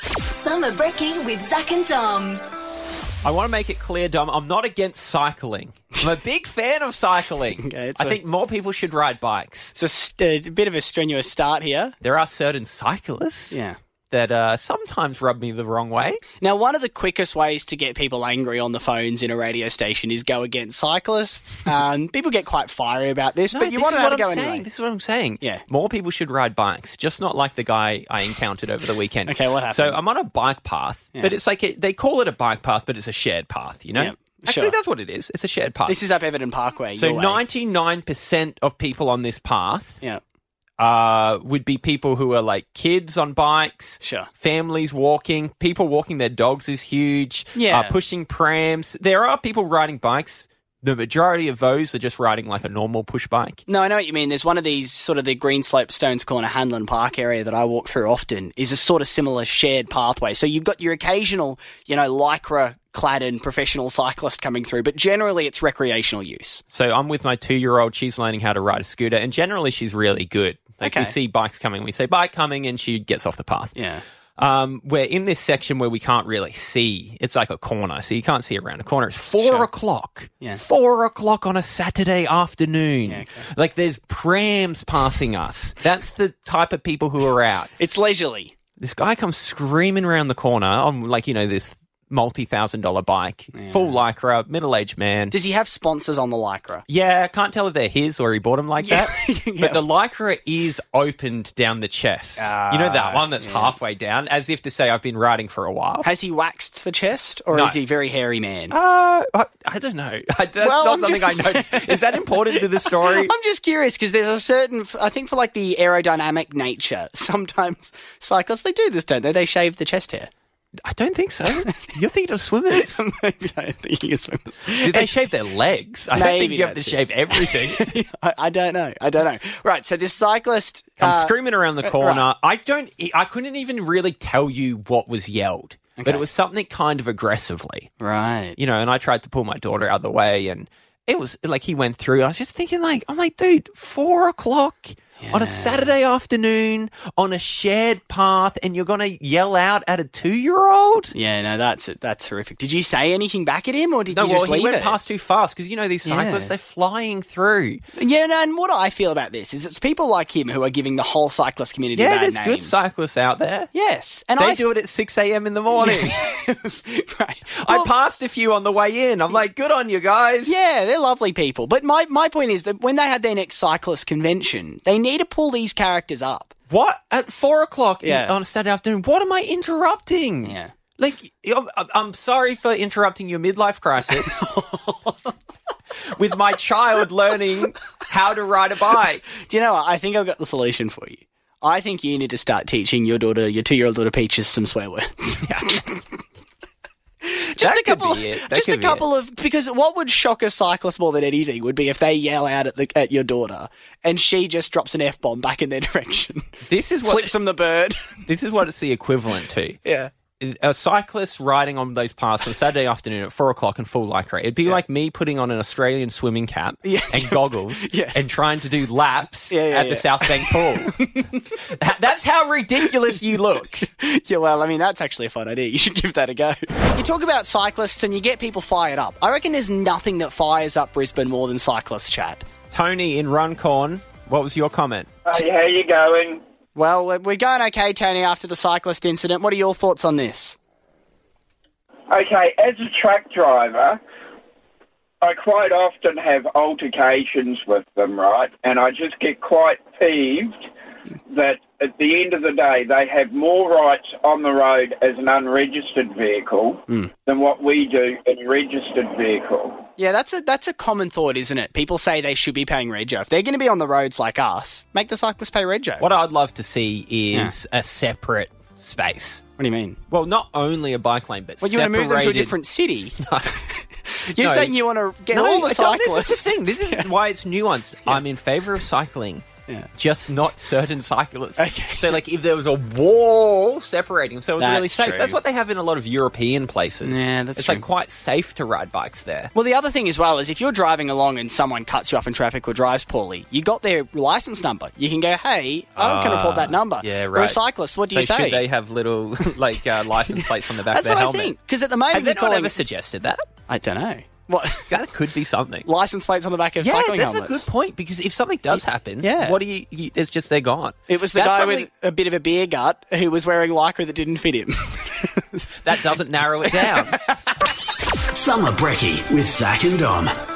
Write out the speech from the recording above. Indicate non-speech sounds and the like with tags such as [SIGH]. Summer Brekkie with Zach and Dom. I want to make it clear, Dom, I'm not against cycling. I'm a big fan of cycling. [LAUGHS] Okay, it's I a- think more people should ride bikes. It's a, st- a bit of a strenuous start here. There are certain cyclists Yeah. that uh, sometimes rub me the wrong way. Now, one of the quickest ways to get people angry on the phones in a radio station is go against [LAUGHS] cyclists. Um, people get quite fiery about this, but you this want is to know how what to go I'm saying. anyway. This is what I'm saying. Yeah. More people should ride bikes, just not like the guy I encountered over the weekend. Okay, what happened? So I'm on a bike path, but it's like a, they call it a bike path, but it's a shared path, you know? Yep, Actually, sure. that's what it is. It's a shared path. This is up Everton Parkway. so your way. 99% of people on this path Yeah. uh, would be people who are like kids on bikes, Sure. families walking, people walking their dogs is huge, Yeah. uh, pushing prams. There are people riding bikes. The majority of those are just riding like a normal push bike. No, I know what you mean. There's one of these sort of the Green Slope Stones Corner Hanlon Park area that I walk through often is a sort of similar shared pathway. So you've got your occasional, you know, lycra clad and professional cyclist coming through, but generally it's recreational use. So I'm with my two year old. She's learning how to ride a scooter, and generally she's really good. Like we Okay. see bikes coming, we say bike coming, and she gets off the path. Yeah. Um, we're in this section where we can't really see. It's like a corner, so you can't see around a corner. It's four Sure. o'clock. Yeah. Four o'clock on a Saturday afternoon. okay. Like there's prams passing us. That's the type of people who are out. It's leisurely. This guy comes screaming around the corner on like, you know, this multi thousand dollar bike, full lycra, middle aged man. Does he have sponsors on the lycra? Yeah, I can't tell if they're his or he bought them like [LAUGHS] Yeah. that. Yeah. But the lycra is opened down the chest. you know Ah, that one that's halfway down, as if to say, I've been riding for a while. Has he waxed the chest or No. is he a very hairy man? Uh, I, I don't know. [LAUGHS] That's Well, not I'm something just I noticed. Is that important to the story? I'm just curious because there's a certain, I think for like the aerodynamic nature, [LAUGHS] sometimes cyclists, they do this, don't they? They shave the chest hair. [LAUGHS] [LAUGHS] I don't think so. You're thinking of swimmers. Maybe I'm thinking of swimmers. Did they shave their legs? I don't think Maybe you have to that's it. shave [LAUGHS] everything. I, I don't know. I don't know. Right. So this cyclist I'm uh, screaming around the corner. I don't. I couldn't even really tell you what was yelled, but Okay. it was something kind of aggressively, uh, Right. you know. And I tried to pull my daughter out of the way, and it was like he went through. I was just thinking, like, I'm like, dude, four o'clock on a Saturday afternoon on a shared path, and you're gonna yell out at a two year old. Yeah. No. That's it. That's horrific. Did you say anything back at him, or did No, you well, just he leave went it? past too fast because you know these cyclists Yeah. they're flying through. Yeah. No, and what I feel about this is it's people like him who are giving the whole cyclist community. a Yeah, bad there's name. good cyclists out there. Yes, and They I do it at 6 a.m. in the [LAUGHS] morning. right. I Well, passed a few on the way in. I'm like, good on you guys. Yeah, they're lovely people. But my, my point is that when they had their next cyclist convention, they need to pull these characters up. What at four o'clock in- Yeah. on a Saturday afternoon? What am I interrupting? Yeah. Like, oh, I'm, I'm sorry for interrupting your midlife [LAUGHS] crisis. With my child learning how to ride a bike. Do you know what? I think I've got the solution for you. I think you need to start teaching your daughter, your two-year-old daughter Peaches, some [LAUGHS] swear words. just That a could couple, be it. That [LAUGHS] just could a be it. couple of because what would shock a cyclist more than anything would be if they yell out at the at your daughter and she just drops an f bomb back in their [LAUGHS] direction, This is what flips them the bird. [LAUGHS] this is what it's the equivalent to. yeah, A cyclist riding on those paths on Saturday afternoon at four o'clock in full lycra. It'd be like me putting on an Australian swimming cap Yeah. and [LAUGHS] goggles Yeah. and trying to do laps Yeah, yeah, at yeah. the South Bank pool. [LAUGHS] That- That's how ridiculous you look. [LAUGHS] yeah. Well, I mean that's actually a fun idea. You should give that a go. You talk about cyclists and you get people fired up. I reckon there's nothing that fires up Brisbane more than cyclist chat. Tony in Runcorn, what was your comment? Hey, how you going? Well, we're- we're going okay, Tony, after the cyclist incident. What are your thoughts on this? Okay, as a truck driver, I quite often have altercations with them, right? And I just get quite peeved that at the end of the day, they have more rights on the road as an unregistered vehicle than what we do in registered vehicle. Yeah, that's a that's a common thought, isn't it? People say they should be paying rego. If they're going to be on the roads like us, make the cyclists pay rego. What I'd love to see is a separate space. What do you mean? Well, not only a bike lane, but Well, you want to move them to a separated- different [LAUGHS] city? You're No. saying you want to get No, all the I don't- This is [LAUGHS] cyclists? the thing. This is why it's nuanced. I'm in favour of cycling. just not certain cyclists. Okay. So, like, if there was a wall separating, so it was That's really safe. true. That's what they have in a lot of European places. Yeah, that's It's true. like quite safe to ride bikes there. Well, the other thing as well is if you're driving along and someone cuts you off in traffic or drives poorly, you got their license number. You can go, hey, I can Ah, report that number. yeah, Or a right. cyclist, what do so you say? should they have little [LAUGHS] like uh, license plates on the back That's of what their I helmet? think. Because at the moment, Has you're anyone calling... ever suggested that? I don't know. What? [LAUGHS] That could be something. license plates on the back of Yeah, cycling that's helmets. a good point because if something does happen, Yeah. what do you, you? It's just they're gone. It was the That's guy probably- with a bit of a beer gut who was wearing lycra that didn't fit him. [LAUGHS] that doesn't narrow it down. Summer Brekkie with Zach and Dom.